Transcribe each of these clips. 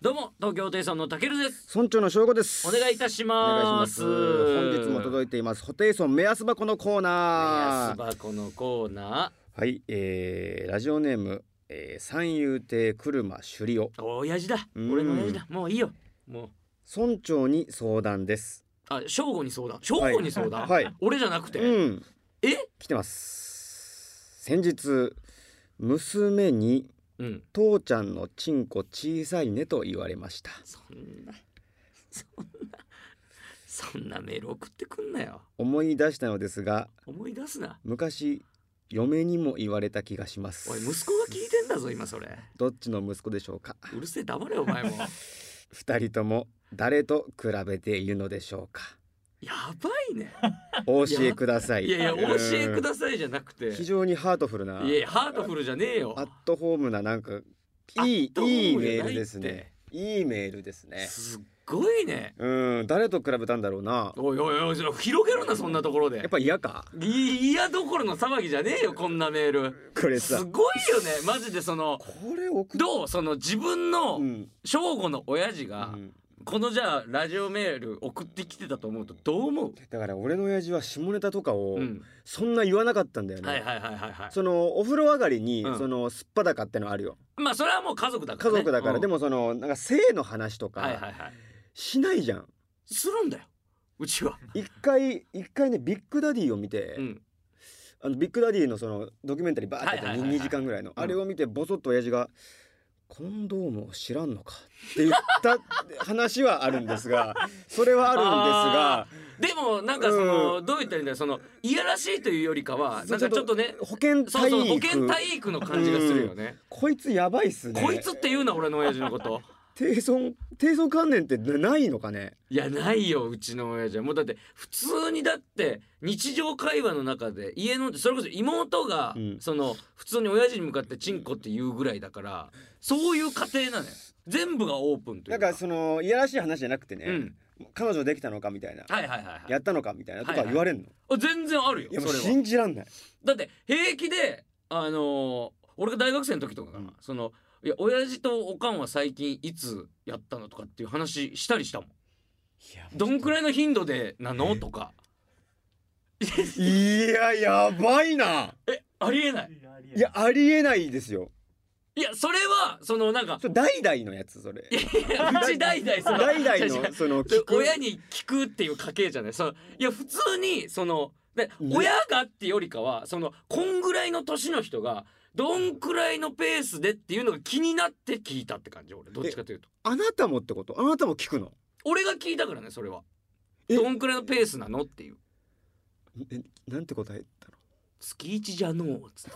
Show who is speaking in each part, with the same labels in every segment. Speaker 1: どうも東京ホテイソンのたけるです
Speaker 2: 村長の正吾です
Speaker 1: お願いいたし
Speaker 2: お願
Speaker 1: ま
Speaker 2: いし
Speaker 1: す
Speaker 2: 本日も届いていますホテイソン目安箱のコーナ
Speaker 1: 安
Speaker 2: ー
Speaker 1: 箱のコーナ
Speaker 2: はい、えー、ラジオネーム、えー、三遊亭車首里
Speaker 1: ー親父だ
Speaker 2: うん
Speaker 1: 俺の親父だもういいよもう
Speaker 2: 夫村長に相談です
Speaker 1: あ正吾に相談正吾に相談、
Speaker 2: はいはい
Speaker 1: 俺じゃなくて、
Speaker 2: うん
Speaker 1: え
Speaker 2: 来てます先日娘に
Speaker 1: うん
Speaker 2: 父ちゃんのチンコ小さいねと言われました
Speaker 1: そんなそんなそんなメール送ってくんなよ
Speaker 2: 思い出したのですが
Speaker 1: 思い出すな
Speaker 2: 昔嫁にも言われた気がします
Speaker 1: おい息子が聞いてんだぞ今それ
Speaker 2: どっちの息子でしょうか
Speaker 1: うるせえ黙れお前も
Speaker 2: 二人とも誰と比べているのでしょうか
Speaker 1: やば いね
Speaker 2: お教えください
Speaker 1: いやいや
Speaker 2: う
Speaker 1: お
Speaker 2: ん
Speaker 1: 教えくださいじゃなくて
Speaker 2: 非常にハートフルない
Speaker 1: やいやハートフルじゃねえよ
Speaker 2: アットホームななんか
Speaker 1: ア
Speaker 2: いい
Speaker 1: ットホ
Speaker 2: い
Speaker 1: ー
Speaker 2: い
Speaker 1: ム
Speaker 2: メ
Speaker 1: じゃ
Speaker 2: ー
Speaker 1: ないって
Speaker 2: ルですねいいメールですね
Speaker 1: すっごいね
Speaker 2: うん誰と比べたんだろうな
Speaker 1: おいおいおいそれ広げるなそんなところで
Speaker 2: やっぱ嫌か
Speaker 1: いいやどころの騒ぎじゃねえよこんなメール
Speaker 2: これ
Speaker 1: す
Speaker 2: さ
Speaker 1: ごいよねマジでその
Speaker 2: これ送っ
Speaker 1: どうその自分の
Speaker 2: うん
Speaker 1: 正吾の親父
Speaker 2: う
Speaker 1: が
Speaker 2: ん
Speaker 1: このじゃあラジオメール送ってきてたと思うとどう思う
Speaker 2: だから俺の親父は下ネタとかを
Speaker 1: うん
Speaker 2: そんな言わなかったんだよ
Speaker 1: はい
Speaker 2: ね
Speaker 1: はいはいはいは
Speaker 2: そのお風呂上がりに
Speaker 1: うん
Speaker 2: そのすっぱだかってのあるよ
Speaker 1: いまあそれはもう家族だか
Speaker 2: 家
Speaker 1: らね
Speaker 2: 族だから
Speaker 1: うん
Speaker 2: でもそのなんか性の話と
Speaker 1: はいはい
Speaker 2: か
Speaker 1: はい
Speaker 2: しないじゃん
Speaker 1: するんだようちは
Speaker 2: 一回一回ねビッグダディを見て、
Speaker 1: うん
Speaker 2: あのビッグダディのそのドキュメンタリーバーってやっ
Speaker 1: は
Speaker 2: た
Speaker 1: いはいはいはい
Speaker 2: 2時間ぐらいの、
Speaker 1: うん
Speaker 2: あれを見てボソッと親父が「コンドームを知らんのか」って言った 話はあるんですがそれはあるんで
Speaker 1: でもなんかそのどう言ったらいいんだろうそのいやらしいというよりかはなんかちょっとね
Speaker 2: すが保健
Speaker 1: そ
Speaker 2: 体
Speaker 1: うそう保
Speaker 2: 育
Speaker 1: 健体育の感じがするよね
Speaker 2: こいつやばいっすね
Speaker 1: こいつって言うな俺の親父の こと
Speaker 2: 低尊低尊観念ってないのかね
Speaker 1: いやないようちの親父はもうだって普通にだって日常会話の中で家のそれこそ妹が、
Speaker 2: うん
Speaker 1: その普通に親父に向かってチンコって言うぐらいだからそういう家庭なのよ全部がオープンとい
Speaker 2: な
Speaker 1: うんか
Speaker 2: かそのいやらしい話じゃなくてね、
Speaker 1: うん
Speaker 2: 彼女できたのかみたいな、
Speaker 1: はいはいはい
Speaker 2: や
Speaker 1: はい
Speaker 2: ったのかみたいなと
Speaker 1: はい
Speaker 2: か
Speaker 1: はい
Speaker 2: 言われんの、
Speaker 1: あ全然あるよ
Speaker 2: いやもう
Speaker 1: それは
Speaker 2: 信じらんない
Speaker 1: だって平気であのー俺が大学生の時とかかな、そのいや親父とおかんは最近いつやったのとかっていう話したりしたもん
Speaker 2: いや
Speaker 1: どんくらいの頻度でなのとか
Speaker 2: いややばいな
Speaker 1: えありえない
Speaker 2: いやありえないですよ
Speaker 1: いやそれはそのなんか
Speaker 2: それ代々のやつそれ
Speaker 1: いや うち代々その
Speaker 2: 代々
Speaker 1: 違う違う
Speaker 2: のその聞く
Speaker 1: 親に聞くっていう家系じゃないそういや普通にそので
Speaker 2: ね
Speaker 1: 親がってよりかはそのこんぐらいの年の人がどんくらいのペースでっていうのが気になって聞いたって感じ俺どっちかというと
Speaker 2: あなたもってことあなたも聞くの
Speaker 1: 俺が聞いたからねそれは
Speaker 2: え
Speaker 1: どんくらいのペースなのっていう
Speaker 2: えなんて答えたの
Speaker 1: 月一じゃのうつって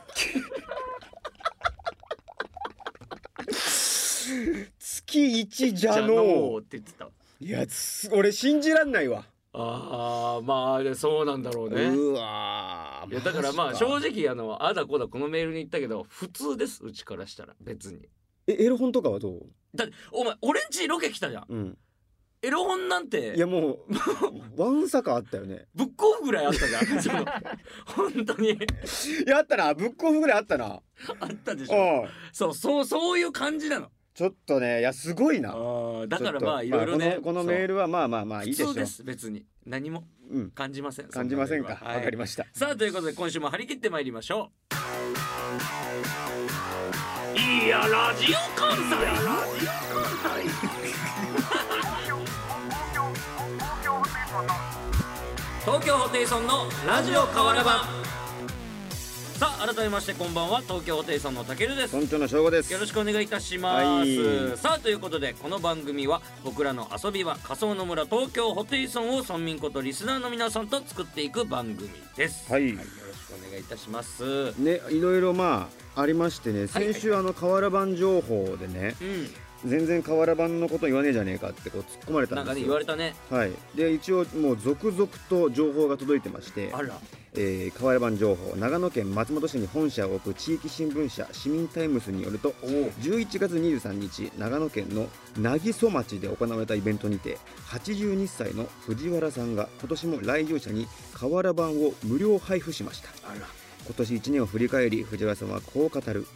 Speaker 2: 月一じゃ
Speaker 1: じゃの
Speaker 2: の
Speaker 1: うって言ってた
Speaker 2: いやつ俺信じらんないわ、
Speaker 1: あーまあでそうなんだろうね
Speaker 2: うわ
Speaker 1: いやだからまあ正
Speaker 2: 直
Speaker 1: 直あのあだこだこのメールに言ったけど普通ですうちからしたら別に
Speaker 2: えエロ本とかはどう、
Speaker 1: だってお前俺んちロケ来たじゃん
Speaker 2: うん、
Speaker 1: エロ本なんて
Speaker 2: いやもうわんさかあったよね
Speaker 1: ブックオフぐらいあったじゃん その本当に
Speaker 2: いやあったなブックオフぐらいあったな
Speaker 1: あったでしょ
Speaker 2: うん
Speaker 1: そうそうそういう感じなの
Speaker 2: ちょっとねいやすごいな
Speaker 1: あーだからまあい
Speaker 2: ちょっ
Speaker 1: ろい
Speaker 2: と
Speaker 1: ろ
Speaker 2: まあ
Speaker 1: ね
Speaker 2: このこのメー
Speaker 1: ル
Speaker 2: ルはまあまあまあいい
Speaker 1: 普
Speaker 2: でしょ
Speaker 1: 通
Speaker 2: う
Speaker 1: です別に何も
Speaker 2: うん、
Speaker 1: 感じません
Speaker 2: 感じませんかわ
Speaker 1: そなメールははい
Speaker 2: かりました
Speaker 1: さあということで今週も張り切ってまいりましょういやラジオ関西東京ホテイソンのラジオ変わらばさあ改めましてこんばんは東京ホテイソンのたけるです
Speaker 2: 村長の正吾です
Speaker 1: よろしくお願いいたします、
Speaker 2: はい
Speaker 1: さあということでこの番組は僕らの遊び場仮想の村東京ホテイソンを村民ことリスナーの皆さんと作っていく番組です
Speaker 2: はい
Speaker 1: よろしくお願いいたしますうん
Speaker 2: ねいろいろまあありましてね
Speaker 1: はいはい
Speaker 2: 先週あの瓦版情報でね全然瓦版のこと言わねえじゃねえかってこう突っ込まれた
Speaker 1: なんん
Speaker 2: で
Speaker 1: か
Speaker 2: す
Speaker 1: ね
Speaker 2: よ
Speaker 1: 言われたね
Speaker 2: はいで一応もう続々と情報が届いてまして
Speaker 1: あら
Speaker 2: えー瓦版情報長野県松本市に本社を置く地域新聞社市民タイムスによると
Speaker 1: おお
Speaker 2: 11月23日長野県の南木曽町で行われたイベントにて82歳の藤原さんが今年も来場者に瓦版を無料配布しました
Speaker 1: あら
Speaker 2: 今年1年を振り返り藤原さんはこう語る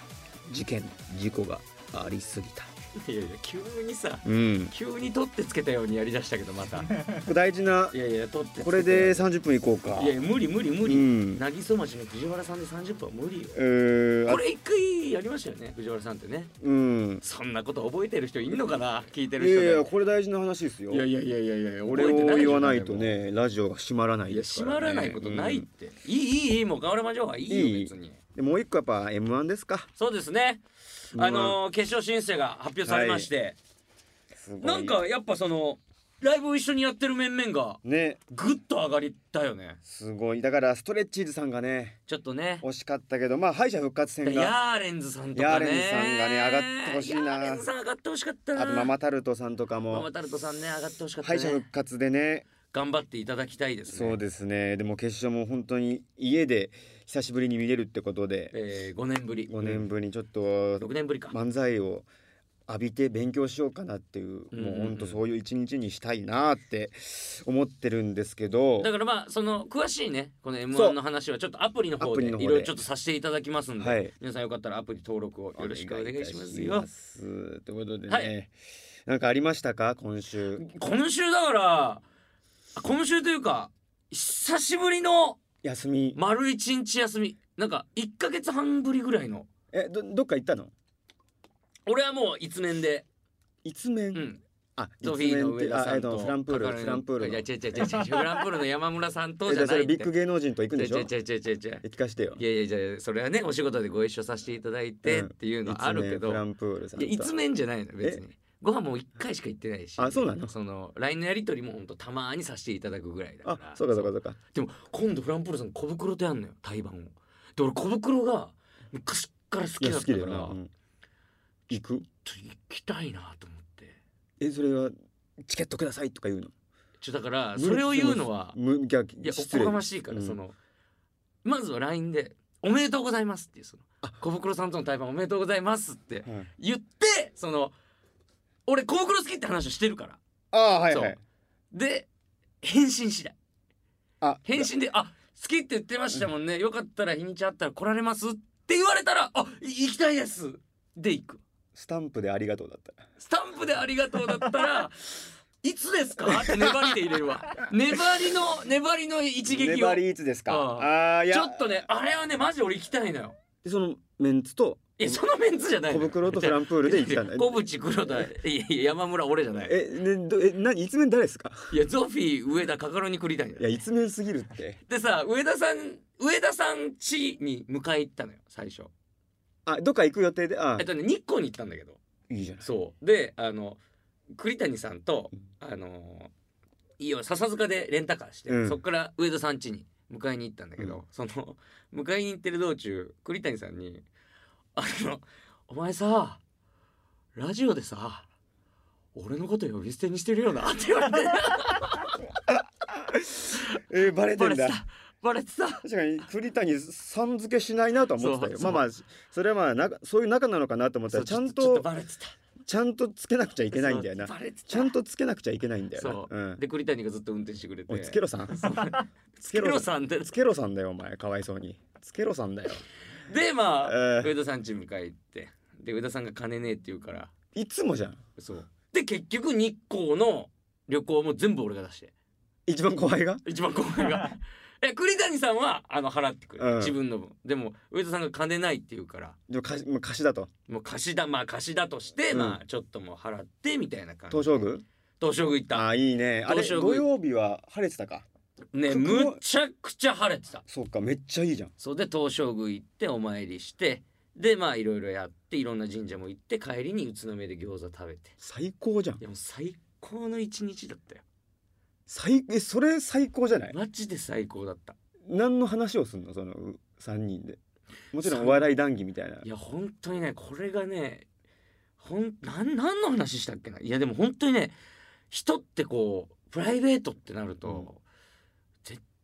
Speaker 2: 事件事故がありすぎた
Speaker 1: いやいや急にさ
Speaker 2: うん
Speaker 1: 急に取ってつけたようにやりだしたけどまたい
Speaker 2: これ大事な
Speaker 1: やいや取ってつけたように
Speaker 2: これで30分いこうか
Speaker 1: いやいや無理無理無
Speaker 2: う
Speaker 1: 理、
Speaker 2: ん
Speaker 1: なぎそ町の藤原さんで30分は無理よ
Speaker 2: えー、
Speaker 1: こ
Speaker 2: あ
Speaker 1: れ一回やりましたよね藤原さんってね
Speaker 2: うん
Speaker 1: そんなこと覚えてる人いんのかな聞いて
Speaker 2: い
Speaker 1: る
Speaker 2: や
Speaker 1: 人
Speaker 2: い
Speaker 1: で
Speaker 2: やこれ大事な話ですよ
Speaker 1: いやいやいやいやいや
Speaker 2: こ
Speaker 1: 俺
Speaker 2: れを言わないとねラジオが閉まらない
Speaker 1: いや
Speaker 2: です
Speaker 1: 閉
Speaker 2: から、ね、
Speaker 1: まらないことないって、いいいいいいもう河原町はいいよ
Speaker 2: いい
Speaker 1: 別に
Speaker 2: うんでもう一個やっぱ m 1ですか
Speaker 1: そうですね
Speaker 2: M1
Speaker 1: あのー決勝申請が発表されまして、
Speaker 2: すごい
Speaker 1: なんかやっぱそのライブを一緒にやってる面々が
Speaker 2: ね
Speaker 1: ぐっと上がりたよね
Speaker 2: すごいだからストレッチーズさんがね
Speaker 1: ちょっとね
Speaker 2: 惜しかったけどまあ敗者復活戦が
Speaker 1: ヤーレンズさんとかね
Speaker 2: ヤーレンズさんがね上がってほしいな
Speaker 1: ヤーレンズさん上がってほしかったな
Speaker 2: あとママタルトさんとか
Speaker 1: マ
Speaker 2: も
Speaker 1: マタルトさんね上がってほしかった
Speaker 2: 敗者
Speaker 1: ね
Speaker 2: 復活でね
Speaker 1: 頑張っていただきたいですね
Speaker 2: そうですねでも決勝も本当に家で久しぶりに見れるってことで
Speaker 1: えー、5年ぶり
Speaker 2: 5年ぶりにちょっと
Speaker 1: 6年ぶりか
Speaker 2: 漫才を浴びて勉強しようかなっていう
Speaker 1: うん
Speaker 2: もう本当そういう一日にしたいなって思ってるんですけど
Speaker 1: だからまあその詳しいねこの m
Speaker 2: そ
Speaker 1: 1
Speaker 2: う
Speaker 1: の話はちょっとアプリの方
Speaker 2: アプ
Speaker 1: で
Speaker 2: リ
Speaker 1: い
Speaker 2: の
Speaker 1: ろ
Speaker 2: 方で
Speaker 1: いろちょっとさせていただきますんで、
Speaker 2: はい
Speaker 1: 皆さんよかったらアプリ登録をよろしくお願いしますよ
Speaker 2: お願いいたしますということでね、
Speaker 1: は
Speaker 2: なんかありましたか今週
Speaker 1: 今週だから今週というか久しぶりの
Speaker 2: 休み
Speaker 1: 丸一日休みなんか1ヶ月半ぶりぐらいの
Speaker 2: えどどっか行ったの
Speaker 1: 俺はもう一面で
Speaker 2: 一面、
Speaker 1: うん
Speaker 2: あ
Speaker 1: ゾフィーの
Speaker 2: 一面っ
Speaker 1: 上
Speaker 2: て
Speaker 1: 田
Speaker 2: あ
Speaker 1: さ
Speaker 2: え
Speaker 1: ん
Speaker 2: っと
Speaker 1: と
Speaker 2: フランプールフランプール
Speaker 1: い
Speaker 2: の
Speaker 1: や違う違う違う違うフランプールの山村さんと
Speaker 2: え
Speaker 1: じ
Speaker 2: じゃ
Speaker 1: ゃ
Speaker 2: あそ
Speaker 1: ない
Speaker 2: れ
Speaker 1: って
Speaker 2: ビッグ芸能人と行くんでしょ
Speaker 1: 違う違う違う違う違う
Speaker 2: え聞かしてよ
Speaker 1: いやいやじゃそれはねお仕事でご一緒させていただいて
Speaker 2: うん
Speaker 1: っていうのはあるけど、
Speaker 2: 一面フランプールさん
Speaker 1: い
Speaker 2: と
Speaker 1: やいつ面じゃないの別にご飯も1回しか行ってないし
Speaker 2: あそうなの
Speaker 1: その LINE のやり取りもほんとたまにさせていただくぐらいだか
Speaker 2: あ
Speaker 1: ら
Speaker 2: そうかそうかそうか
Speaker 1: でも今度フランポールさん小袋とやんのよ対バンをで俺小袋が昔から好
Speaker 2: い
Speaker 1: き
Speaker 2: や
Speaker 1: だ
Speaker 2: 好
Speaker 1: った
Speaker 2: き
Speaker 1: か
Speaker 2: だ
Speaker 1: ら
Speaker 2: よな、うん行く
Speaker 1: ちょっと行きたいなと思って
Speaker 2: えそれはチケットくださいとか言うの
Speaker 1: ちょだからそれを言うのは
Speaker 2: む逆
Speaker 1: いやお
Speaker 2: 失
Speaker 1: こ
Speaker 2: 礼
Speaker 1: がましいから、
Speaker 2: うん
Speaker 1: そのまずは LINE で「おめでとうございます」っていうその
Speaker 2: あ
Speaker 1: 小袋さんとの対バンおめでとうございますって
Speaker 2: はい
Speaker 1: 言ってその俺小袋好きって話をしてるから
Speaker 2: ああはいはい
Speaker 1: で返信次第
Speaker 2: あ
Speaker 1: 返信で「あ好きって言ってましたもんねよかったら日にちあったら来られます」って言われたら「あい行きたいです」で行く
Speaker 2: スタンプでありがとうだった
Speaker 1: スタンプで「ありがとう」だったら 「いつですか?」って粘りで入れるわ粘りの粘りの一撃を
Speaker 2: 粘りいつですか
Speaker 1: あ
Speaker 2: ああいや
Speaker 1: ちょっとねあれはねマジ俺行きたいのよ
Speaker 2: でそのメンツと
Speaker 1: いやそのメンツじゃない
Speaker 2: 小
Speaker 1: のよ
Speaker 2: 袋とフランプールで行ったんだ
Speaker 1: 小渕黒田いやいや山村俺じゃない
Speaker 2: えでどえ何一面誰ですか
Speaker 1: いやゾフィー上田カカロニ栗谷だよ
Speaker 2: いや一面すぎるって
Speaker 1: でさ上田さん上田さん家に迎え行ったのよ最初
Speaker 2: あどっか行く予定であ
Speaker 1: えっとね日光に行ったんだけど
Speaker 2: いいじゃない
Speaker 1: そうであの栗谷さんと
Speaker 2: うん
Speaker 1: あのいいよ笹塚でレンタカーして、
Speaker 2: うん
Speaker 1: そっから上田さん家に迎えに行ったんだけど、
Speaker 2: うん
Speaker 1: その迎えに行ってる道中栗谷さんに「あのお前さラジオでさ俺のこと呼び捨てにしてるよな」って言われて
Speaker 2: えー バレて
Speaker 1: バレて
Speaker 2: んだ
Speaker 1: たバレてた
Speaker 2: 確かに栗谷さん付けしないなとは思ってたよ
Speaker 1: そ
Speaker 2: ま
Speaker 1: う
Speaker 2: あまあそれはまあなそういう仲なのかなと思っ
Speaker 1: そ
Speaker 2: たら
Speaker 1: う
Speaker 2: ちゃ
Speaker 1: ょ
Speaker 2: ん
Speaker 1: っょっ
Speaker 2: と
Speaker 1: バレてた
Speaker 2: ちゃんとつけなくちゃいけないんだよな
Speaker 1: そうバレてた
Speaker 2: ちゃんとつけなくちゃいけないんだよ
Speaker 1: そう、
Speaker 2: なうん
Speaker 1: で栗谷がずっと運転してくれて
Speaker 2: おいつけ ろさん
Speaker 1: そうつけろさんで
Speaker 2: つけろさんだよお前かわいそうにつけろさんだよ
Speaker 1: でまあ、
Speaker 2: えー
Speaker 1: 上田さん家迎え行ってで上田さんが金ねえって言うから
Speaker 2: いつもじゃん
Speaker 1: そうで結局日光の旅行も全部俺が出して
Speaker 2: 一番怖いが
Speaker 1: 一番後輩 がえ栗谷さんはあの払ってくれる、
Speaker 2: うん
Speaker 1: 自分の分でも上田さんが金ないって言うから
Speaker 2: でも貸しもう貸しだと
Speaker 1: もう貸しだまあ貸しだとして、
Speaker 2: うん
Speaker 1: まあちょっともう払ってみたいな感じ
Speaker 2: 東照宮
Speaker 1: 東照宮行った
Speaker 2: あーいいねあれ
Speaker 1: 東照
Speaker 2: 土
Speaker 1: 宮
Speaker 2: 曜日は晴れてたか
Speaker 1: ね
Speaker 2: ここも
Speaker 1: むちゃくちゃ晴れてた
Speaker 2: そうかめっちゃいいじゃん
Speaker 1: そうで東照宮行ってお参りしてでまあいろいろやっていろんな神社も行って帰りに宇都宮で餃子食べて
Speaker 2: 最高じゃん
Speaker 1: いやもう最高の一日だったよ
Speaker 2: 最えそれ最高じゃない
Speaker 1: マジで最高だった
Speaker 2: 何の話をすんのそのう三人でもちろん
Speaker 1: 三
Speaker 2: お笑い談義みたいない
Speaker 1: や本当にねこれがねほんなん何の話したっけないやでも本当にね人ってこうプライベートってなると、
Speaker 2: うん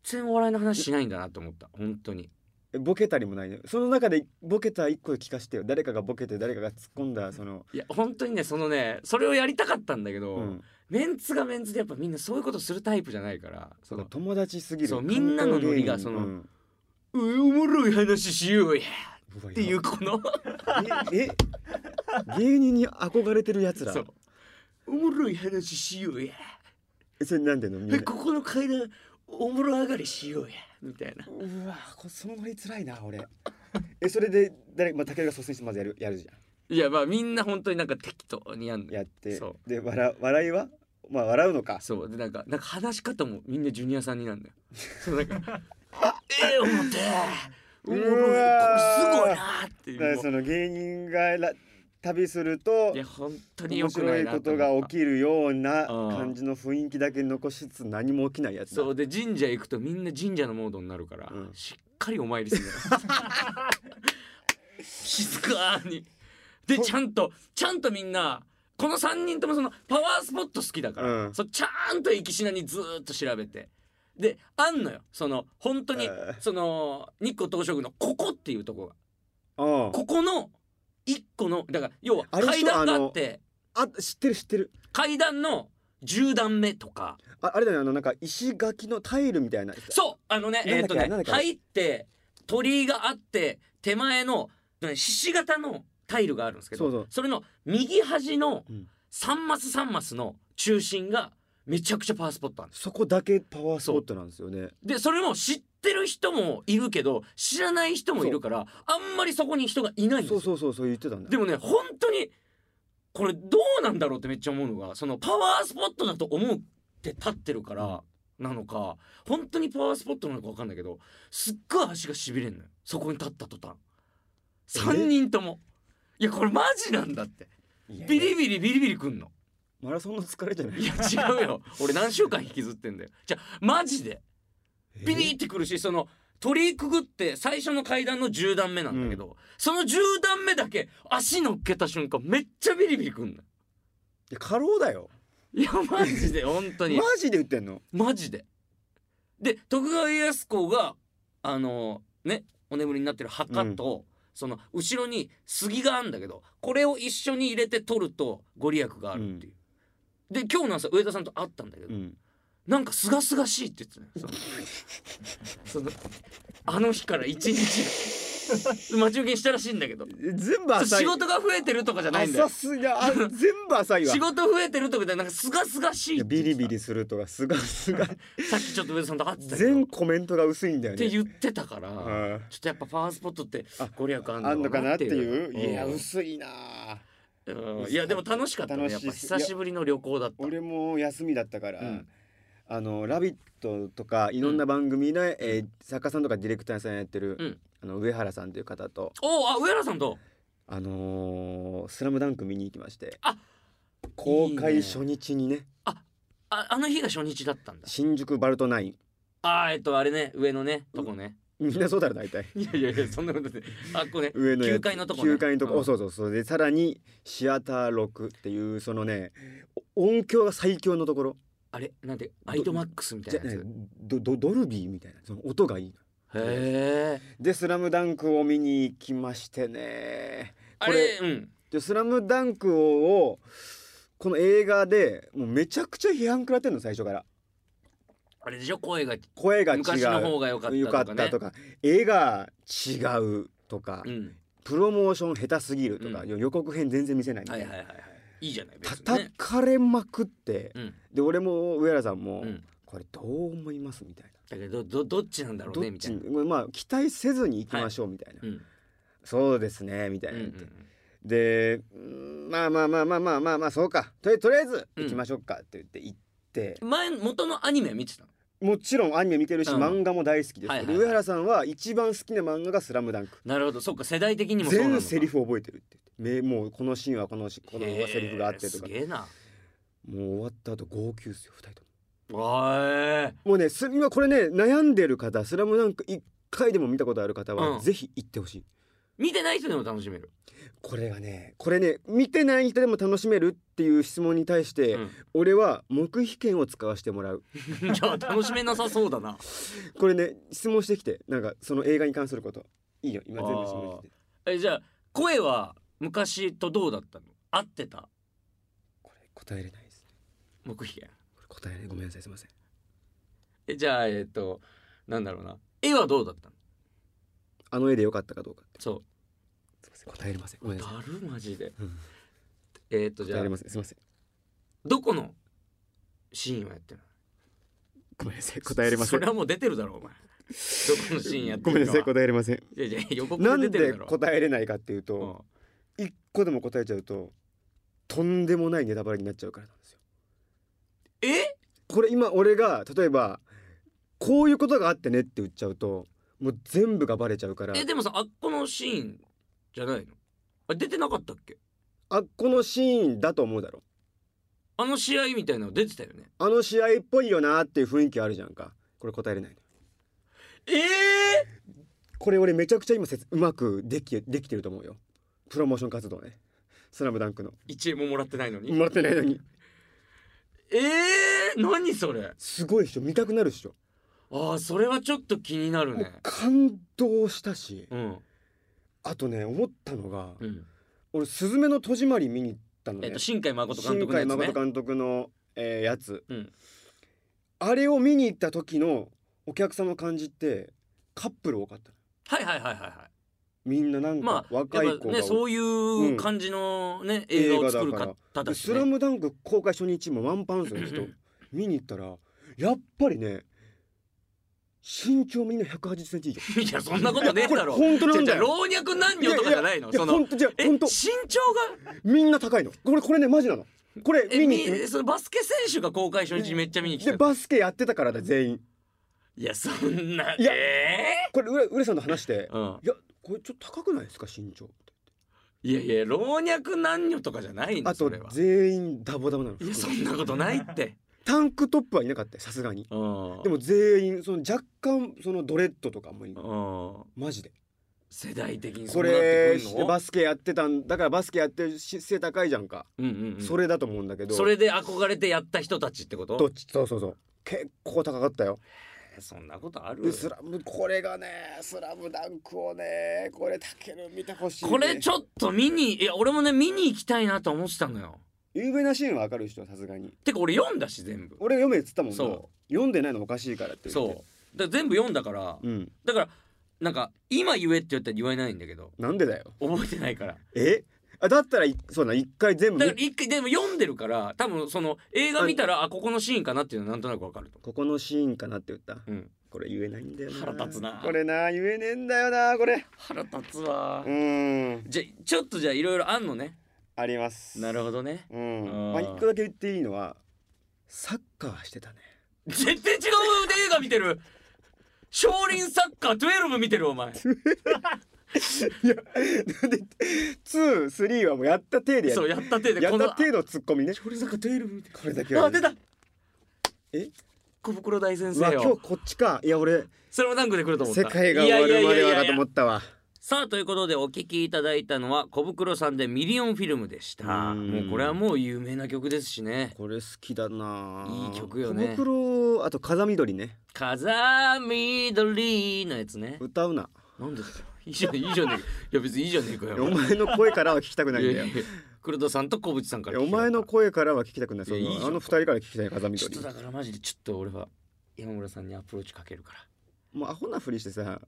Speaker 1: 全然お笑いの話しないんだなと思った本当に
Speaker 2: えボケたりもないねその中でボケた一個聞かしてよ誰かがボケて誰かが突っ込んだその
Speaker 1: いや本当にねそのねそれをやりたかったんだけど、
Speaker 2: うん
Speaker 1: メンツがメンツでやっぱみんなそういうことするタイプじゃないからその
Speaker 2: 友達すぎる
Speaker 1: そうみんなのノリがそ
Speaker 2: 関東芸人
Speaker 1: の
Speaker 2: うん
Speaker 1: うおもろい話しようや
Speaker 2: わ
Speaker 1: ていうこの
Speaker 2: ええ芸人に憧れてるやつら
Speaker 1: そうおもろい話しようや
Speaker 2: えそれなんでのみんな
Speaker 1: えここの階段おもろ上がりしようやみたいな
Speaker 2: うわこそのノリ辛いな俺 えそれで誰まあ武井が率先してまずやるやるじゃ
Speaker 1: いやまあみんな本当になんか適当にやん
Speaker 2: んやって
Speaker 1: そ
Speaker 2: で笑笑いはまあ笑うのか
Speaker 1: そうでなんかなんか話し方もみんなジュニアさんになんだ よそうなんか「ええ思っておもろいこれ
Speaker 2: うわー
Speaker 1: すごいな」って
Speaker 2: だか
Speaker 1: い
Speaker 2: ら
Speaker 1: う
Speaker 2: その芸人がら旅すると
Speaker 1: いや本当に
Speaker 2: 面
Speaker 1: 良くな
Speaker 2: 白
Speaker 1: い
Speaker 2: い
Speaker 1: な
Speaker 2: ことが起
Speaker 1: る
Speaker 2: きるような
Speaker 1: うん
Speaker 2: 感じの雰囲気だけ残しつつ何も起きないやつだ
Speaker 1: そうで神社行くとみんな神社のモードになるから、
Speaker 2: うん
Speaker 1: しっかりお参りす る静かにでちゃんとちゃんとみんなこの3人ともそのパワースポット好きだから、
Speaker 2: うん
Speaker 1: そうちゃんと行きしなにずーっと調べてであんのよその本当に、
Speaker 2: えー
Speaker 1: その日光東照宮のここっていうとこが
Speaker 2: うん
Speaker 1: ここの1個のだから要は
Speaker 2: あれで
Speaker 1: 階
Speaker 2: しょ
Speaker 1: 段が
Speaker 2: あ
Speaker 1: あ
Speaker 2: の
Speaker 1: って
Speaker 2: あ知ってる知ってる
Speaker 1: 階段の10段目とか
Speaker 2: ああれだよねあのなんか石垣のタイルみたいな
Speaker 1: そうあのね
Speaker 2: な
Speaker 1: え
Speaker 2: ん
Speaker 1: ーっ
Speaker 2: だっ
Speaker 1: と
Speaker 2: け
Speaker 1: ね
Speaker 2: なんだっけ
Speaker 1: 入って鳥居があって手前のね獅子型のタイルがあるんですけど
Speaker 2: そうそう
Speaker 1: れの右端の
Speaker 2: うん
Speaker 1: 3マス3マスの中心がめちゃくちゃパワースポットなんです
Speaker 2: そこだけパワースポットなんですよね
Speaker 1: でそれも知ってる人もいるけど知らない人もいるからあんまりそこに人がいないんです
Speaker 2: そ
Speaker 1: よ
Speaker 2: うそうそうそう言ってたんだ
Speaker 1: でもね本当にこれどうなんだろうってめっちゃ思うのがそのパワースポットだと思って立ってるからなのか本当にパワースポットなのか分かんないけどすっごい足がしびれんのよそこに立った途端3人ともいやこれマジなんだって
Speaker 2: いやいや
Speaker 1: ビリビリビリビリくんの
Speaker 2: マラソンの疲れじゃない
Speaker 1: いや違うよ俺何週間引きずってんだよじゃあマジでビリってくるしその鳥居くぐって最初の階段の10段目なんだけど、その10段目だけ足乗っけた瞬間めっちゃビリビリくんのよ
Speaker 2: いや過労だよ
Speaker 1: いやマジで本当
Speaker 2: マ
Speaker 1: に
Speaker 2: ジで言ってんの
Speaker 1: マジでで徳川家康公があのねお眠りになってる墓と、その後ろに杉があるんだけどこれを一緒に入れて取るとご利益があるっていう、で今日の朝上田さんと会ったんだけど、
Speaker 2: うん
Speaker 1: なんかすがすがしいって言ってたねそのそのあの日から一日待ち受けにしたらしいんだけど
Speaker 2: 全部浅い
Speaker 1: 仕事が増えてるとかじゃないんだよ
Speaker 2: 浅すぎあ全部浅いわ
Speaker 1: 仕事増えてるとかじゃなくすがすがし
Speaker 2: い
Speaker 1: い
Speaker 2: や
Speaker 1: って
Speaker 2: ビ
Speaker 1: 言
Speaker 2: リ
Speaker 1: ってた
Speaker 2: ビリするとかすがすが
Speaker 1: さっきちょっと上田さんと会ってたけど
Speaker 2: 全コメントが薄いんだよ
Speaker 1: っ
Speaker 2: ね
Speaker 1: て言ってたから、
Speaker 2: うん
Speaker 1: ちょっとやっぱパワースポットって
Speaker 2: あ
Speaker 1: ご利益あ
Speaker 2: あん
Speaker 1: ん
Speaker 2: の
Speaker 1: のか
Speaker 2: か
Speaker 1: な
Speaker 2: な
Speaker 1: っ
Speaker 2: ってて
Speaker 1: いう
Speaker 2: いういや
Speaker 1: うん
Speaker 2: 薄いなあ
Speaker 1: うんいやでも楽しかったね
Speaker 2: 楽し
Speaker 1: やっ
Speaker 2: い
Speaker 1: ぱ久しぶりの旅行だった
Speaker 2: 俺も休みだったから、
Speaker 1: うん
Speaker 2: あの「ラビット!」とかいろんな番組の、えー作家さんとかディレクターさんやってる、
Speaker 1: うん
Speaker 2: あの上原さんという方と
Speaker 1: おうあ上原さんと
Speaker 2: 「あのースラムダンク見に行きまして
Speaker 1: あ
Speaker 2: 公
Speaker 1: いいね
Speaker 2: 開初日にね
Speaker 1: ああの日が初日だったんだ
Speaker 2: 新宿バルトナイン
Speaker 1: あーえっとあれね上のねとこね、
Speaker 2: みんなそうだろ大体
Speaker 1: いやいやいやそんなことであこうね
Speaker 2: 上のやつ
Speaker 1: 9階のとこね
Speaker 2: 9階のとこ、
Speaker 1: うん
Speaker 2: おそうそうそうでさらにシアター6っていうそのねお音響が最強のところ
Speaker 1: あれなんてアイドマックスみた
Speaker 2: じゃ
Speaker 1: いな
Speaker 2: ね
Speaker 1: やつ
Speaker 2: ドドドルビーみたいなその音がいいの
Speaker 1: へえ
Speaker 2: で「スラムダンクを見に行きましてね
Speaker 1: あれうん
Speaker 2: で「スラムダンクをこの映画でもうめちゃくちゃ批判食らってんの最初から
Speaker 1: あれでしょ声が
Speaker 2: 声が違う
Speaker 1: 昔の方が良かったと
Speaker 2: よか
Speaker 1: か,、ね、
Speaker 2: ったとか絵が違うとか、
Speaker 1: うん
Speaker 2: プロモーション下手すぎるとか、
Speaker 1: う
Speaker 2: 予告編全然見せないみた
Speaker 1: はいい
Speaker 2: な、
Speaker 1: はいはいはいいいじゃない別に
Speaker 2: 叩
Speaker 1: ね
Speaker 2: かれまくって、
Speaker 1: うん
Speaker 2: で俺も上原さんも、
Speaker 1: うん
Speaker 2: これどう思いますみたいな。
Speaker 1: だけどどどっちなんだろう
Speaker 2: ど
Speaker 1: ね
Speaker 2: っ
Speaker 1: み
Speaker 2: ち
Speaker 1: たいな
Speaker 2: にまあ期待せずに行きましょうみたいな、
Speaker 1: うん
Speaker 2: そうですねみたい
Speaker 1: うん
Speaker 2: な
Speaker 1: う
Speaker 2: 言って、
Speaker 1: ん
Speaker 2: でうんまあまあまあまあまあまあまあそうかとりとりあえず
Speaker 1: うん
Speaker 2: 行きましょうかって言って行って、
Speaker 1: 前元のアニメは見てたの
Speaker 2: もちろんアニメ見てるし、
Speaker 1: うん
Speaker 2: 漫画も大好きです、
Speaker 1: はいはい
Speaker 2: で上原さんは一番好きな漫画が「スラムダンク
Speaker 1: なるほどそっか世代的にもそうなの
Speaker 2: 全
Speaker 1: か
Speaker 2: セリフ覚えてるって言ってめもうこのシーンはこのしこの
Speaker 1: へー
Speaker 2: セリフがあってと
Speaker 1: す
Speaker 2: か
Speaker 1: げえな
Speaker 2: もう終わった後号泣っすよ二人とも
Speaker 1: わーい
Speaker 2: もうねす今これね悩んでる方「スラムダンク一回でも見たことある方は、
Speaker 1: うん
Speaker 2: ぜひ行ってほしい
Speaker 1: 見てない人でも楽しめる、
Speaker 2: これがねこれね見てない人でも楽しめるっていう質問に対して、
Speaker 1: う、
Speaker 2: 俺は黙秘権を使わせてもらうん
Speaker 1: じゃあ楽しめなさそうだな
Speaker 2: これね質問してきてなんかその映画に関することいいよ今全部質問してきて
Speaker 1: えじゃあ声は昔とどうだったの合ってた
Speaker 2: これ答えれないですね
Speaker 1: 黙秘権
Speaker 2: これ答えれないごめんなさいすいません
Speaker 1: えじゃあえっ、となんだろうな絵はどうだったの
Speaker 2: あの絵でよかったかどうかって
Speaker 1: そう
Speaker 2: すいません答えれませんごめんなさい、
Speaker 1: だるマジで
Speaker 2: うん
Speaker 1: えっ、とじ
Speaker 2: 答
Speaker 1: ゃ
Speaker 2: え
Speaker 1: あ
Speaker 2: れませんすいません
Speaker 1: どこのシーンはやってるの
Speaker 2: ごめんなさい答えれませ
Speaker 1: そ
Speaker 2: ん
Speaker 1: れはもう出てるだ ろお前どこのシーンやってるか
Speaker 2: ごめんなさい
Speaker 1: い
Speaker 2: 答えれません
Speaker 1: やいや予告
Speaker 2: な
Speaker 1: で
Speaker 2: ん
Speaker 1: 出てる
Speaker 2: で
Speaker 1: だろ
Speaker 2: 答えれないかっていう
Speaker 1: うん
Speaker 2: と一個でも答えちゃうととんでもないネタバレになっちゃうからなんですよ
Speaker 1: え
Speaker 2: これ今俺が例えばこういうことがあってねって言っちゃうともう全部がバレちゃうから
Speaker 1: えでもさあっこのシーンじゃないのあ出てなかったっけ
Speaker 2: あっこのシーンだと思うだろ
Speaker 1: あの試合みたいなの出てたよね
Speaker 2: あの試合っぽいよなっていう雰囲気あるじゃんかこれ答えれないの
Speaker 1: ええ
Speaker 2: これ俺めちゃくちゃ今せつうまくできできてると思うよプロモーション活動ね「スラムダンクの
Speaker 1: 一円ももらってないのに、
Speaker 2: もらってないのに
Speaker 1: ええ何それ
Speaker 2: すごいっしょ見たくなるっしょ
Speaker 1: ああそれはちょっと気になる
Speaker 2: もう
Speaker 1: ね
Speaker 2: 感動したし
Speaker 1: うん
Speaker 2: あとね思ったのが、
Speaker 1: うん
Speaker 2: 俺「すずめの戸締まり」見に行ったの
Speaker 1: え
Speaker 2: ね、
Speaker 1: っと新海誠監
Speaker 2: 新
Speaker 1: 督のやつ
Speaker 2: 海
Speaker 1: ね
Speaker 2: 誠監督の、えーやつ、
Speaker 1: うん
Speaker 2: あれを見に行った時のお客さんの感じってカップル多かったの
Speaker 1: はいはいはいはいはい
Speaker 2: みんななんか
Speaker 1: まあ
Speaker 2: 若
Speaker 1: やっ
Speaker 2: い
Speaker 1: ぱ
Speaker 2: 子
Speaker 1: ね
Speaker 2: が
Speaker 1: そうい
Speaker 2: ん
Speaker 1: う感じのね、映画を作る方
Speaker 2: で
Speaker 1: だし、
Speaker 2: ス
Speaker 1: ね、
Speaker 2: ラムダンク公開初日もワンパンツの
Speaker 1: う
Speaker 2: 人
Speaker 1: ん
Speaker 2: 見に行ったらやっぱりね身長みんな180センチ以
Speaker 1: い
Speaker 2: 上
Speaker 1: やそんなことねえだろ
Speaker 2: これ本当な
Speaker 1: じ
Speaker 2: んだ
Speaker 1: ゃ
Speaker 2: よ
Speaker 1: 老若男女とかじゃないの
Speaker 2: いや
Speaker 1: そ
Speaker 2: ほ
Speaker 1: の
Speaker 2: んとじゃ
Speaker 1: え
Speaker 2: 本
Speaker 1: 身
Speaker 2: 当
Speaker 1: 長が
Speaker 2: みんな高いのこれこれねマジなのこれ
Speaker 1: え
Speaker 2: 見に行っ
Speaker 1: みそのバスケ選手が公開初日めっちゃ見に来
Speaker 2: てで
Speaker 1: てた
Speaker 2: バスケやってたからだ全員
Speaker 1: いやそんない
Speaker 2: や
Speaker 1: え
Speaker 2: これうれうれさんと話して
Speaker 1: えうん
Speaker 2: いやこれちょっと高くないですか身長
Speaker 1: いやいや老若男女とかじゃないの
Speaker 2: あ
Speaker 1: そ
Speaker 2: と
Speaker 1: れは
Speaker 2: 全員ダボダボなの
Speaker 1: いやそんなことないって
Speaker 2: タンクトップはいなかったよさすがに
Speaker 1: うん
Speaker 2: でも全員その若干そのドレッドとかもいい
Speaker 1: うん
Speaker 2: マジで
Speaker 1: 世代的にそ
Speaker 2: こ
Speaker 1: うなって
Speaker 2: れ
Speaker 1: くんの
Speaker 2: バスケやってたんだからバスケやってるし背高いじゃんか、
Speaker 1: うんうんうん、
Speaker 2: それだと思うんだけど
Speaker 1: それで憧れてやった人たちってこと
Speaker 2: どっちそうそうそう結構高かったよ、
Speaker 1: えそんなことある
Speaker 2: でスラムこれがねスラムダンクをねこれタケル見てほしい、ね、
Speaker 1: これち
Speaker 2: ょ
Speaker 1: ょっと見にいや俺もね見に行きたいなと思ってたのよ
Speaker 2: 有名なシーンはわかる人はさすがに
Speaker 1: てか俺読んだし全部
Speaker 2: 俺読めっつったもんな
Speaker 1: そ
Speaker 2: 読んでないのおかしいからって言
Speaker 1: そう
Speaker 2: って
Speaker 1: だから全部読んだから
Speaker 2: うん
Speaker 1: だからなんか今言えって言ったら言えないんだけど
Speaker 2: なんでだよ
Speaker 1: 覚えてないから
Speaker 2: えあだったらいそうだ一回全部
Speaker 1: だから
Speaker 2: 見
Speaker 1: 一回でも読んでるから多分その映画見たらあここのシーンかなっていうのはなんとなくわかると
Speaker 2: ここのシーンかなって言った
Speaker 1: 思う、うん、
Speaker 2: これ言えないんだよな
Speaker 1: 腹立つな
Speaker 2: これな言えねえんだよなこれ
Speaker 1: 腹立つわ
Speaker 2: うーん
Speaker 1: じゃちょっとじゃあいろいろあんのね
Speaker 2: あります
Speaker 1: なるほどね
Speaker 2: うん
Speaker 1: うん
Speaker 2: まあ一個だけ言っていいのはサッカーしてたね
Speaker 1: 全然違う映画見てる少林サッカー12見てるお前
Speaker 2: いやで23はもうやった体でや
Speaker 1: そう
Speaker 2: っ
Speaker 1: やった手で
Speaker 2: や
Speaker 1: こ
Speaker 2: っ
Speaker 1: の
Speaker 2: た体のツッコミね
Speaker 1: 少林サッカー12見てる
Speaker 2: これだけは
Speaker 1: あ出た
Speaker 2: え
Speaker 1: 小袋大先
Speaker 2: う
Speaker 1: 生
Speaker 2: わ今日
Speaker 1: よ
Speaker 2: こっちかいや俺
Speaker 1: それもダンクで来ると思った
Speaker 2: 世界が終わるまではだと思
Speaker 1: っ
Speaker 2: ったわ
Speaker 1: さあということでお聞きいただいたのは小袋さんでミリオンフィルムでした
Speaker 2: うん
Speaker 1: もうこれはもう有名な曲ですしね
Speaker 2: これ好きだない
Speaker 1: い曲よね
Speaker 2: 小袋あと風緑ね
Speaker 1: 「風緑」のやつね
Speaker 2: 歌うな
Speaker 1: なんですかいいじゃんいいじゃんねいや別にいいじゃねえかよ
Speaker 2: お前の声からは聞きたくないん
Speaker 1: い
Speaker 2: だ
Speaker 1: や
Speaker 2: よ
Speaker 1: いや黒田さんと小渕さんから聞
Speaker 2: お
Speaker 1: きたい
Speaker 2: 前の声からは聞きたくない
Speaker 1: い
Speaker 2: そ
Speaker 1: や
Speaker 2: の
Speaker 1: いいじゃん
Speaker 2: あの二人から聞きたい風
Speaker 1: ちょっ
Speaker 2: 緑
Speaker 1: とだからマジでちょっと俺は山村さんにアプローチかけるから
Speaker 2: もうアホなふりしてさ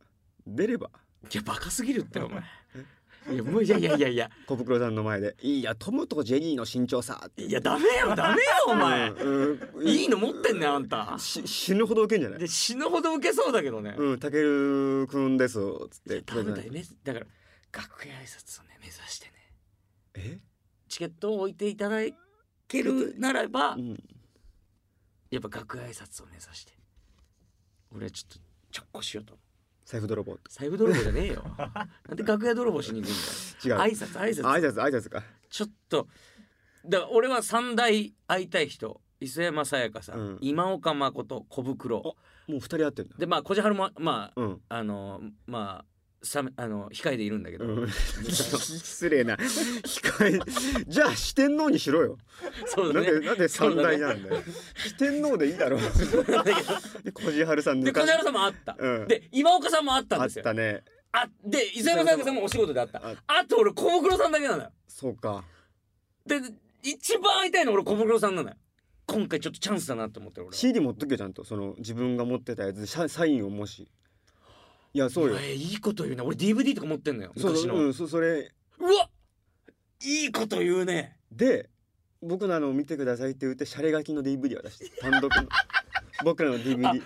Speaker 2: 出れば
Speaker 1: いやバカすぎるってお前 いやもういやいやいやいや
Speaker 2: 小袋さんの前で「いやトムとジェニーの身長さ」って
Speaker 1: いやダメよダメよお前
Speaker 2: うんうん
Speaker 1: いいの持ってんねあんた
Speaker 2: し死ぬほどウケんじゃない
Speaker 1: で死ぬほど受けそうだけどね、
Speaker 2: うん、たけるくんですつって。
Speaker 1: 多分だよねだから楽屋挨拶をね目指してね
Speaker 2: え、
Speaker 1: チケットを置いていただけるならば
Speaker 2: うん、
Speaker 1: やっぱ楽屋挨拶を目指して俺はちょっとちょっこしようと思う
Speaker 2: 財布泥棒。
Speaker 1: 財布泥棒じゃねえ よなんで楽屋泥棒しに行くん
Speaker 2: 違う。
Speaker 1: だよ挨
Speaker 2: 挨
Speaker 1: 拶挨拶
Speaker 2: 拶、挨拶か。
Speaker 1: ちょっとだから俺は三大会いたい人磯山さやかさん、
Speaker 2: うん
Speaker 1: 今岡誠小袋
Speaker 2: もう二人会ってるんだ。
Speaker 1: でまあ小じはるもまあ
Speaker 2: うん。
Speaker 1: あのまあさあの控えでいるんだけど、
Speaker 2: うん、 失礼な控えじゃあ四天王にしろよ
Speaker 1: そう
Speaker 2: な
Speaker 1: だ
Speaker 2: ん
Speaker 1: ね
Speaker 2: でなんで三大なん だよ四天王でいいだろうで小路春さん
Speaker 1: で
Speaker 2: 抜
Speaker 1: 小
Speaker 2: か
Speaker 1: じ
Speaker 2: し
Speaker 1: はるさんもあった、
Speaker 2: うん
Speaker 1: で今岡さんもあったん
Speaker 2: あ
Speaker 1: で
Speaker 2: っ
Speaker 1: すよ
Speaker 2: たね
Speaker 1: あで磯山さやかさんもお仕事であった
Speaker 2: あ
Speaker 1: あと俺小袋さんだけなのよ
Speaker 2: そうか
Speaker 1: で一番会いたいの俺小袋さんなのよ今回ちょっとチャンスだなと思ってる俺は
Speaker 2: CD 持っとけよちゃんとその自分が持ってたやつでササインをもしいやそうよ
Speaker 1: お前いいこと言うな俺 DVD とか持ってんのよ
Speaker 2: そう
Speaker 1: 昔のう
Speaker 2: うんそそれ
Speaker 1: わいいこと言うね
Speaker 2: で僕のあの見てくださいって言ってシャレ書きの DVD 渡して単 独の僕らの DVD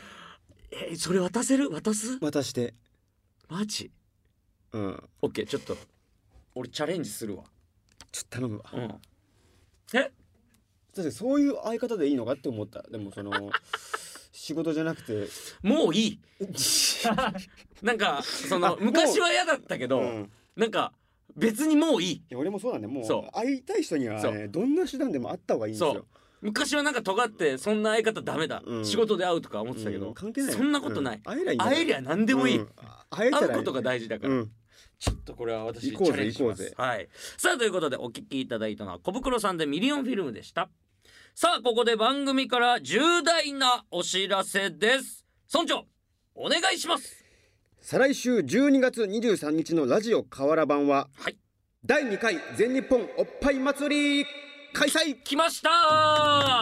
Speaker 1: えそれ渡せる渡す
Speaker 2: 渡して
Speaker 1: マジ
Speaker 2: うん
Speaker 1: オッケーちょっと俺チャレンジするわ
Speaker 2: ちょっと頼むわ
Speaker 1: う
Speaker 2: 確
Speaker 1: んえ
Speaker 2: かにそういう相方でいいのかって思ったでもその仕事じゃなく て
Speaker 1: もういいなんかそ
Speaker 2: あも
Speaker 1: の
Speaker 2: う
Speaker 1: 昔は嫌だったけど、
Speaker 2: うん
Speaker 1: なんか別にもういい
Speaker 2: いや俺もそうなんだよも
Speaker 1: そう
Speaker 2: う会いたい人には
Speaker 1: そ
Speaker 2: ねどんな手段でも会った方がいいんです
Speaker 1: そ
Speaker 2: よ
Speaker 1: う昔はなんか尖ってそんな相方ダメだ、
Speaker 2: うん
Speaker 1: 仕事で会うとか思ってたけ
Speaker 2: う
Speaker 1: ど
Speaker 2: ん、関係ない
Speaker 1: そんなことない、
Speaker 2: うん会えりゃいいんだよ
Speaker 1: 会えりゃ何でもいい、
Speaker 2: うん会えたら
Speaker 1: 会
Speaker 2: いうい
Speaker 1: ことが大事だから、
Speaker 2: うん
Speaker 1: ちょっとこれは私チ
Speaker 2: 行こうぜ
Speaker 1: ャレンジします
Speaker 2: 行こ
Speaker 1: はいさあということでお聞きいただいたのは小袋さんでミリオンフィルムでしたさあここで番組から重大なお知らせです村長お願いします
Speaker 2: 再来週12月23日のラジオ河原版は
Speaker 1: はい
Speaker 2: 第2回全日本おっぱい祭り開催
Speaker 1: 来ました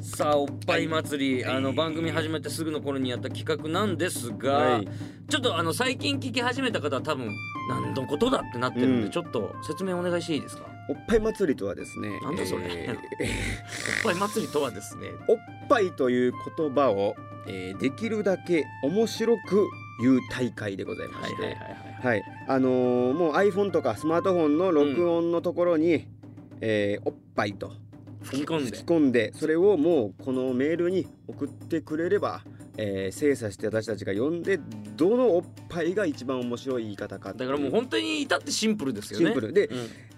Speaker 1: さあおっぱい祭り、あの番組始めてすぐの頃にやった企画なんですが、
Speaker 2: はい
Speaker 1: ちょっとあの最近聞き始めた方は多分何のことだってなってるんで、
Speaker 2: うん
Speaker 1: ちょっと説明お願いしていいですか
Speaker 2: おっぱい祭りとはですね
Speaker 1: なんだそれ
Speaker 2: え
Speaker 1: お
Speaker 2: ー
Speaker 1: っぱい祭りとはですね
Speaker 2: おっぱいという言葉を、えーできるだけ面白く言う大会でございま
Speaker 1: はい
Speaker 2: し
Speaker 1: はいはい
Speaker 2: て
Speaker 1: はい
Speaker 2: はい、あのーもう iPhone とかスマートフォンの録音のところに、えーおっぱいと
Speaker 1: 吹き込んで
Speaker 2: 吹き込んでそれをもうこのメールに送ってくれれば、えー精査して私たちが呼んでどのおっぱいが一番面白い言い方かって
Speaker 1: だ
Speaker 2: い
Speaker 1: からもう本当に至ってシンプルですよね
Speaker 2: シンプルで、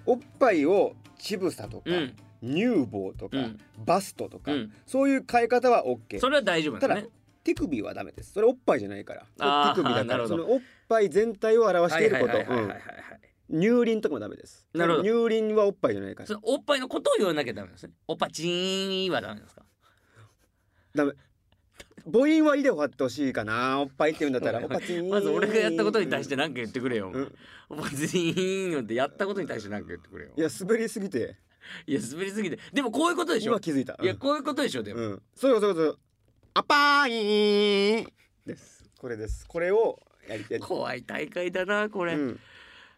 Speaker 2: おっぱいを乳房とか、
Speaker 1: うん、うん
Speaker 2: 乳房とか、
Speaker 1: うん
Speaker 2: バストとか、
Speaker 1: うん
Speaker 2: そういう変え方は OK
Speaker 1: それは大丈夫なん
Speaker 2: た
Speaker 1: だ
Speaker 2: だ
Speaker 1: ね
Speaker 2: 手首はダメですそれおっぱいじゃないから
Speaker 1: あー
Speaker 2: 手首だ
Speaker 1: な
Speaker 2: か
Speaker 1: る
Speaker 2: ら
Speaker 1: ほ
Speaker 2: そ
Speaker 1: ど
Speaker 2: のおっぱい全体を表していること、
Speaker 1: はいはいはいはいはい
Speaker 2: うん
Speaker 1: はい
Speaker 2: 乳輪とかもダメです。
Speaker 1: なるほど
Speaker 2: 乳輪はおっぱいじゃないから
Speaker 1: そ。のおっぱいのことを言わなきゃダメなんですねおっぱちーんはダメなんですか
Speaker 2: 母音はいいで終わってほしいかな。おっぱいって言うんだったら、おっぱちん
Speaker 1: まず俺がやったことに対して何か言ってくれよ、
Speaker 2: うん
Speaker 1: お前全員ってやったことに対して何か言ってくれよ
Speaker 2: いや滑りすぎて
Speaker 1: いや滑りすぎてでもこういうことでしょ
Speaker 2: 今気づいた。
Speaker 1: いやこういうことでしょでも、
Speaker 2: うん、そうよそうよそうよ。アパーイです。これです。これをやりたい。
Speaker 1: 怖い大会だなこれ、
Speaker 2: うん。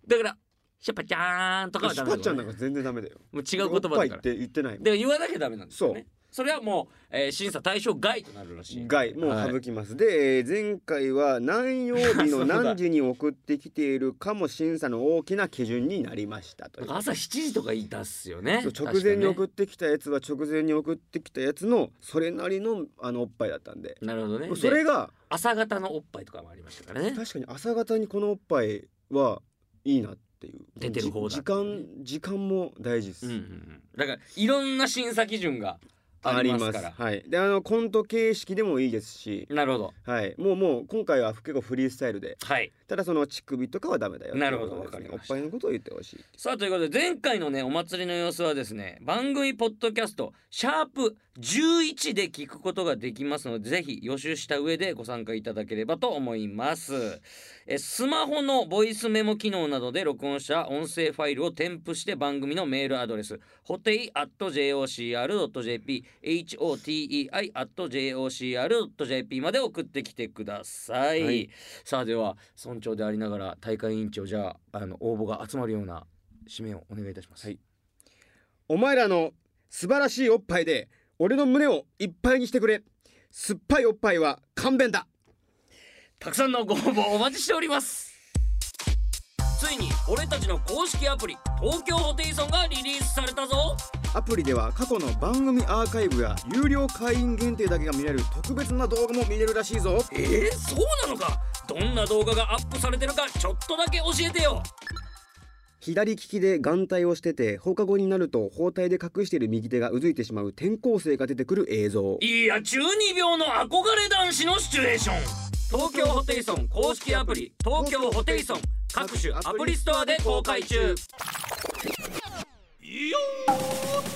Speaker 1: だからシャパちゃーんとかは
Speaker 2: シ
Speaker 1: ダ
Speaker 2: ュ
Speaker 1: メだ
Speaker 2: パ
Speaker 1: よ
Speaker 2: ちゃんな
Speaker 1: ね
Speaker 2: んか全然ダメだよ。
Speaker 1: もう違う言葉
Speaker 2: おっぱ
Speaker 1: だ
Speaker 2: い
Speaker 1: から
Speaker 2: って言ってない。
Speaker 1: でも言わなきゃダメなんですよねそれはもう、えー審査対象外となるらしい
Speaker 2: 外もう省きます、でえー前回は何曜日
Speaker 1: そ
Speaker 2: の
Speaker 1: うだ
Speaker 2: 何時に送ってきているかも審査の大きな基準になりましたとい
Speaker 1: な
Speaker 2: うん
Speaker 1: か朝7時とか言いたっすよね
Speaker 2: そう直前に送
Speaker 1: っ
Speaker 2: ってきたやつは直前に送ってきたやつのそれなりのあのおっぱいだったんで
Speaker 1: なるほどね
Speaker 2: それ
Speaker 1: で
Speaker 2: が
Speaker 1: 朝方のおっぱいとかもありましたからね
Speaker 2: 確かに朝方にこのおっぱいはいいなっていう
Speaker 1: 出てる方だ
Speaker 2: じ時間時間も大事です、
Speaker 1: うんうんうんだからいろんな審査基準があ
Speaker 2: あ
Speaker 1: りま
Speaker 2: りますす
Speaker 1: から
Speaker 2: はいであのコント形式でもいいですし
Speaker 1: なるほど
Speaker 2: はいもうもう今回は結構フリースタイルで
Speaker 1: はい
Speaker 2: ただその乳首とかはダメだよ
Speaker 1: なるほど
Speaker 2: っていうこ
Speaker 1: わ
Speaker 2: と
Speaker 1: かり
Speaker 2: で
Speaker 1: ますした
Speaker 2: ねおっぱいのことを言ってほしい
Speaker 1: さあということで前回のねお祭りの様子はですね番組ポッドキャスト「シャープ #11」で聞くことができますのでぜひ予習した上でご参加いただければと思いますえスマホのボイスメモ機能などで録音した音声ファイルを添付して番組のメールアドレスホテイ .jocr.jp hotei .jocr.jp まで送ってきてください、
Speaker 2: はい
Speaker 1: さあでは村長でありながら大会委員長じゃああの応募が集まるような締めをお願いいたします、
Speaker 2: はいお前らの素晴らしいおっぱいで俺の胸をいっぱいにしてくれ酸っぱいおっぱいは勘弁だ
Speaker 1: たくさんのご応募お待ちしておりますついに俺たちの公式アプリ東京ホテイソンがリリースされたぞ
Speaker 2: アプリでは過去の番組アーカイブや有料会員限定だけが見れる特別な動画も見れるらしいぞ
Speaker 1: えー、そうなのかどんな動画がアップされてるかちょっとだけ教えてよ
Speaker 2: 左利きで眼帯をしてて放課後になると包帯で隠している右手がうずいてしまう転校生が出てくる映像
Speaker 1: いや12秒の憧れ男子のシチュエーション東京ホテイソン公式アプリ東京ホテイソン各種アプリストアで公開中いいよー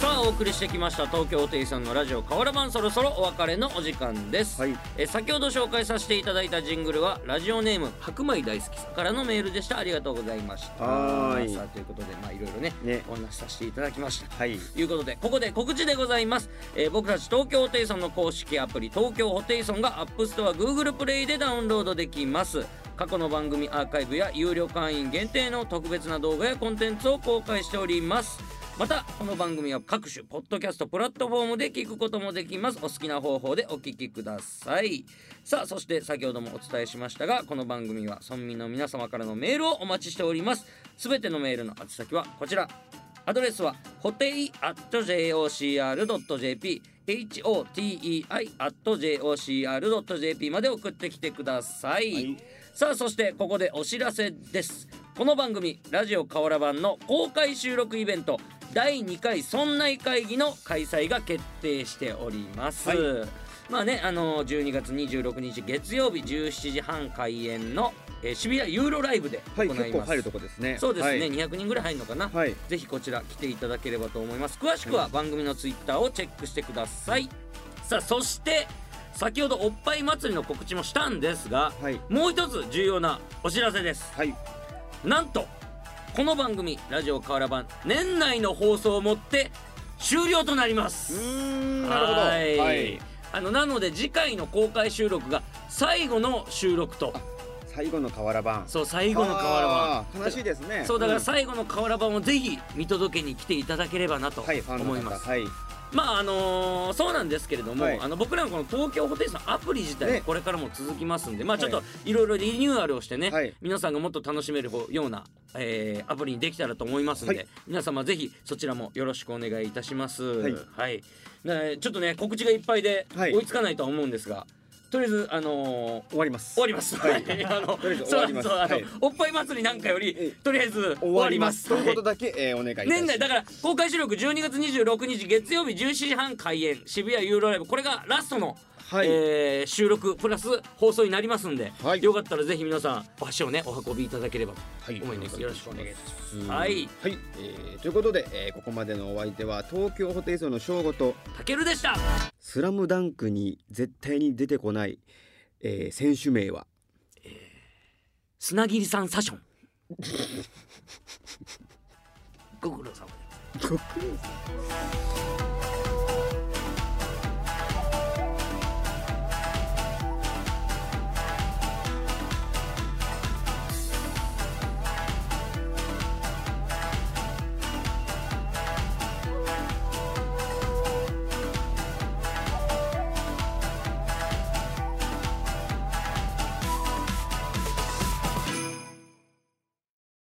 Speaker 1: さあお送りしてきました東京ホテイさんのラジオ河原版そろそろお別れのお時間です、
Speaker 2: はい
Speaker 1: え先ほど紹介させていただいたジングルはラジオネーム白米大好きさんからのメールでしたありがとうございました
Speaker 2: はーい
Speaker 1: さあということでまあいろいろね
Speaker 2: ね
Speaker 1: お話しさせていただきました
Speaker 2: はい
Speaker 1: ということでここで告知でございます、えー僕たち東京ホテイソンの公式アプリ東京ホテイソンがアップストア Google プレイでダウンロードできます過去の番組アーカイブや有料会員限定の特別な動画やコンテンツを公開しておりますまたこの番組は各種ポッドキャストプラットフォームで聞くこともできますお好きな方法でお聞きくださいさあそして先ほどもお伝えしましたがこの番組は村民の皆様からのメールをお待ちしておりますすべてのメールの宛先はこちらアドレスは、ホテイアット JOCR.jp、HOTEI アット JOCR.jp まで送ってきてください。
Speaker 2: はい
Speaker 1: さあ、そしてここでお知らせです。この番組、ラジオ河原版の公開収録イベント、第2回村内会議の開催が決定しております。
Speaker 2: はい
Speaker 1: まあね、あの12月26日月曜日17時半開演の、えー渋谷ユーロライブで行
Speaker 2: はい
Speaker 1: います。
Speaker 2: 結構入るとこですね
Speaker 1: そうですね、
Speaker 2: はい
Speaker 1: 200人ぐらい入るのかな、
Speaker 2: はい
Speaker 1: ぜひこちら来ていただければと思います詳しくは番組のツイッターをチェックしてくださいさあそして先ほどおっぱい祭りの告知もしたんですが
Speaker 2: はい
Speaker 1: もう一つ重要なお知らせです
Speaker 2: はい
Speaker 1: なんとこの番組ラジオ河原版年内の放送をもって終了となりま
Speaker 2: うー
Speaker 1: す
Speaker 2: んなるほど
Speaker 1: はい
Speaker 2: はい
Speaker 1: あのなので次回の公開収録が最後の収録と
Speaker 2: 最後の瓦版
Speaker 1: そう最後の河原版
Speaker 2: あー悲しいですね
Speaker 1: そうだから
Speaker 2: ん
Speaker 1: 最後の瓦版をぜひ見届けに来ていただければなと
Speaker 2: はいファンの方
Speaker 1: 思います。
Speaker 2: はい
Speaker 1: まああのーそうなんですけれども、
Speaker 2: はい
Speaker 1: あの僕らのこの東京ホテイソンアプリ自体
Speaker 2: ね
Speaker 1: はこれからも続きますんで、まあ
Speaker 2: はい
Speaker 1: ちょっといろいろリニューアルをしてね、
Speaker 2: はい
Speaker 1: 皆さんがもっと楽しめるような、えーアプリにできたらと思いますんで、
Speaker 2: はい
Speaker 1: 皆様ぜひそちらもよろしくお願いいたします。
Speaker 2: い
Speaker 1: はい。ねちょっとね告知がいっぱいで
Speaker 2: はい
Speaker 1: 追いつかないとは思うんですが、とりあえずあのー
Speaker 2: 終わります
Speaker 1: 終わります。
Speaker 2: はい
Speaker 1: あの、
Speaker 2: とりあえず終
Speaker 1: そう
Speaker 2: わ
Speaker 1: そ
Speaker 2: り
Speaker 1: う
Speaker 2: ます
Speaker 1: あの、
Speaker 2: はい
Speaker 1: おっぱい祭りなんかよ
Speaker 2: え
Speaker 1: り、とりあえず終
Speaker 2: 終
Speaker 1: わ
Speaker 2: わ
Speaker 1: り
Speaker 2: り
Speaker 1: ま。
Speaker 2: ますすということ
Speaker 1: はい
Speaker 2: だけえーお願いいたし ます
Speaker 1: 年内だから公開収録12月26日月曜日17時半開演渋谷ユーロライブこれがラストの、
Speaker 2: はい
Speaker 1: えー収録プラス放送になりますんで、
Speaker 2: はい
Speaker 1: よかったらぜひ皆さんお足をねお運びいただければと
Speaker 2: はい
Speaker 1: 思います、よろしくお願いします。
Speaker 2: うん
Speaker 1: はい
Speaker 2: はい、えーということで、えーここまでのお相手は東京ホテイソンの翔吾と
Speaker 1: たけるでした
Speaker 2: スラムダンクに絶対に出てこない、えー選手名は
Speaker 1: 砂切さんサ ションご苦労様です
Speaker 2: ご苦労様